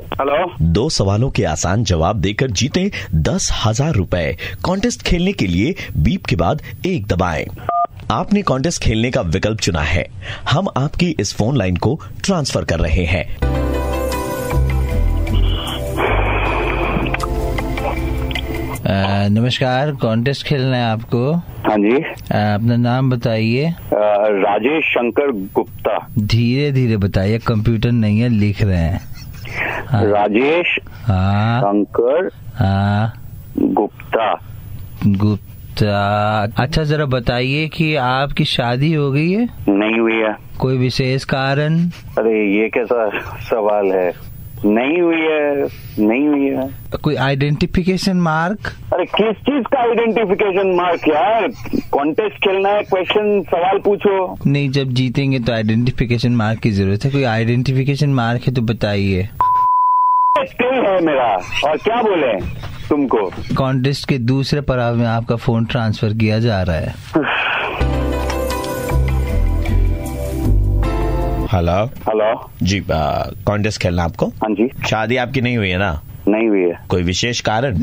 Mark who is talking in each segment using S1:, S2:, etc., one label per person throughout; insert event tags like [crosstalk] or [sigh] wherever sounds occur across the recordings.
S1: दो सवालों के आसान जवाब देकर जीते दस हजार रूपए कॉन्टेस्ट खेलने के लिए बीप के बाद एक दबाएं। आपने कॉन्टेस्ट खेलने का विकल्प चुना है हम आपकी इस फोन लाइन को ट्रांसफर कर रहे हैं
S2: अ, नमस्कार कॉन्टेस्ट खेलना है आपको अ,
S3: हाँ जी
S2: अपना नाम बताइए
S3: अ, राजेश शंकर गुप्ता
S2: धीरे धीरे बताइए कंप्यूटर नहीं है लिख रहे हैं
S3: राजेश
S2: हाँ
S3: शंकर
S2: हाँ
S3: गुप्ता
S2: गुप्ता अच्छा जरा बताइए कि आपकी शादी हो गई है
S3: नहीं हुई है
S2: कोई विशेष कारण
S3: अरे ये कैसा सवाल है नहीं हुई है नहीं हुई है
S2: कोई आइडेंटिफिकेशन मार्क
S3: अरे किस चीज का आइडेंटिफिकेशन मार्क यार कॉन्टेस्ट खेलना है क्वेश्चन सवाल पूछो
S2: नहीं जब जीतेंगे तो आइडेंटिफिकेशन मार्क की जरूरत है कोई आइडेंटिफिकेशन मार्क है तो बताइए
S3: स्टिल है मेरा और क्या बोले तुमको
S2: कॉन्टेस्ट के दूसरे पड़ाव में आपका फोन ट्रांसफर किया जा रहा है
S1: हेलो
S3: हेलो
S1: जी कॉन्टेस्ट खेलना आपको
S3: हाँ जी
S1: शादी आपकी नहीं हुई है ना
S3: नहीं हुई है
S1: कोई विशेष कारण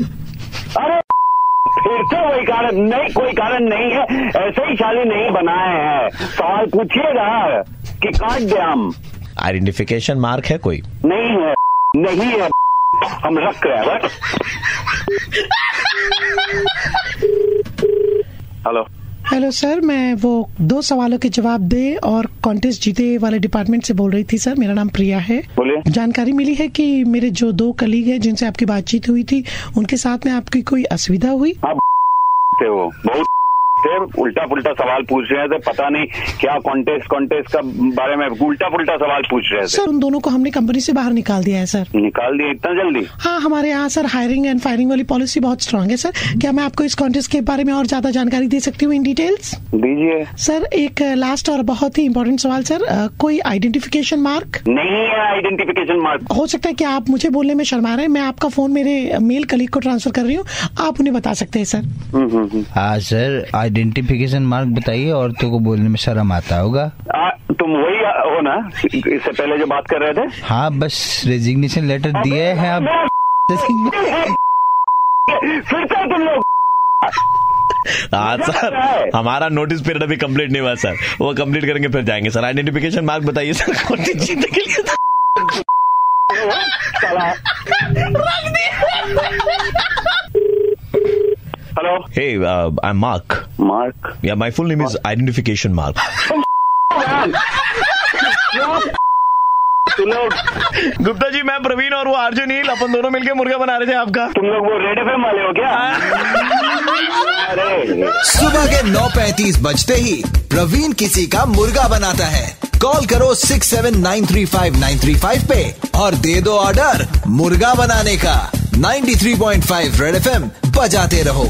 S3: अरे फिर से वही कारण नहीं कोई कारण नहीं है ऐसे ही शादी नहीं बनाए हैं सवाल पूछिएगा कि काट दे हम
S1: आइडेंटिफिकेशन मार्क है कोई
S3: नहीं है नहीं है हम रख रहे हैं बस हेलो
S4: हेलो सर मैं वो दो सवालों के जवाब दे और कॉन्टेस्ट जीते वाले डिपार्टमेंट से बोल रही थी सर मेरा नाम प्रिया है
S3: बोलिए
S4: जानकारी मिली है कि मेरे जो दो कलीग हैं जिनसे आपकी बातचीत हुई थी उनके साथ में आपकी कोई असुविधा हुई
S3: आप थे वो बहुत थे उल्टा पुल्टा सवाल पूछ रहे थे पता नहीं क्या कॉन्टेस्ट कॉन्टेस्ट का बारे में उल्टा पुल्टा सवाल पूछ रहे
S4: सर उन दोनों को हमने कंपनी से बाहर निकाल दिया है सर
S3: थे निकाल दिए इतना जल्दी
S4: हाँ हमारे यहाँ सर हायरिंग एंड फायरिंग वाली पॉलिसी बहुत स्ट्रांग है सर क्या मैं आपको इस कॉन्टेस्ट के बारे में और ज्यादा जानकारी दे सकती हूँ इन डिटेल्स
S3: दीजिए
S4: सर एक लास्ट और बहुत ही इम्पोर्टेंट सवाल सर अ, कोई आइडेंटिफिकेशन मार्क
S3: नहीं है आइडेंटिफिकेशन मार्क
S4: हो सकता है कि आप मुझे बोलने में शर्मा रहे हैं मैं आपका फोन मेरे मेल कलीग को ट्रांसफर कर रही हूँ आप उन्हें बता सकते हैं सर
S3: हम्म, हम्म, हम्म।
S2: हाँ सर आइडेंटिफिकेशन मार्क बताइए औरतों को बोलने में शर्म आता होगा
S3: आ, तुम वही हो ना इससे पहले जो बात कर रहे थे
S2: हाँ बस रेजिग्नेशन लेटर दिए हैं आप
S3: [laughs]
S2: [laughs]
S3: मैं फिर से तुम लोग
S1: हाँ सर हमारा नोटिस पीरियड अभी कंप्लीट नहीं हुआ सर वो कंप्लीट करेंगे फिर जाएंगे सर आइडेंटिफिकेशन मार्क बताइए सर कॉन्टेस्ट जीतने के लिए
S3: साला। Hello
S1: hey I am Mark
S3: Mark
S1: या my full name is identification mark
S3: तुम लोग
S1: गुप्ता जी मैं प्रवीण और वो आर्जुन नील अपन दोनों मिलके मुर्गा बना रहे थे आपका
S3: तुम लोग वो रेड एफ वाले हो क्या अरे
S5: सुबह के 9:35 बजते ही प्रवीण किसी का मुर्गा बनाता है कॉल करो 6793593 पे और दे दो ऑर्डर मुर्गा बनाने का 93.5 रेड एफएम बजाते रहो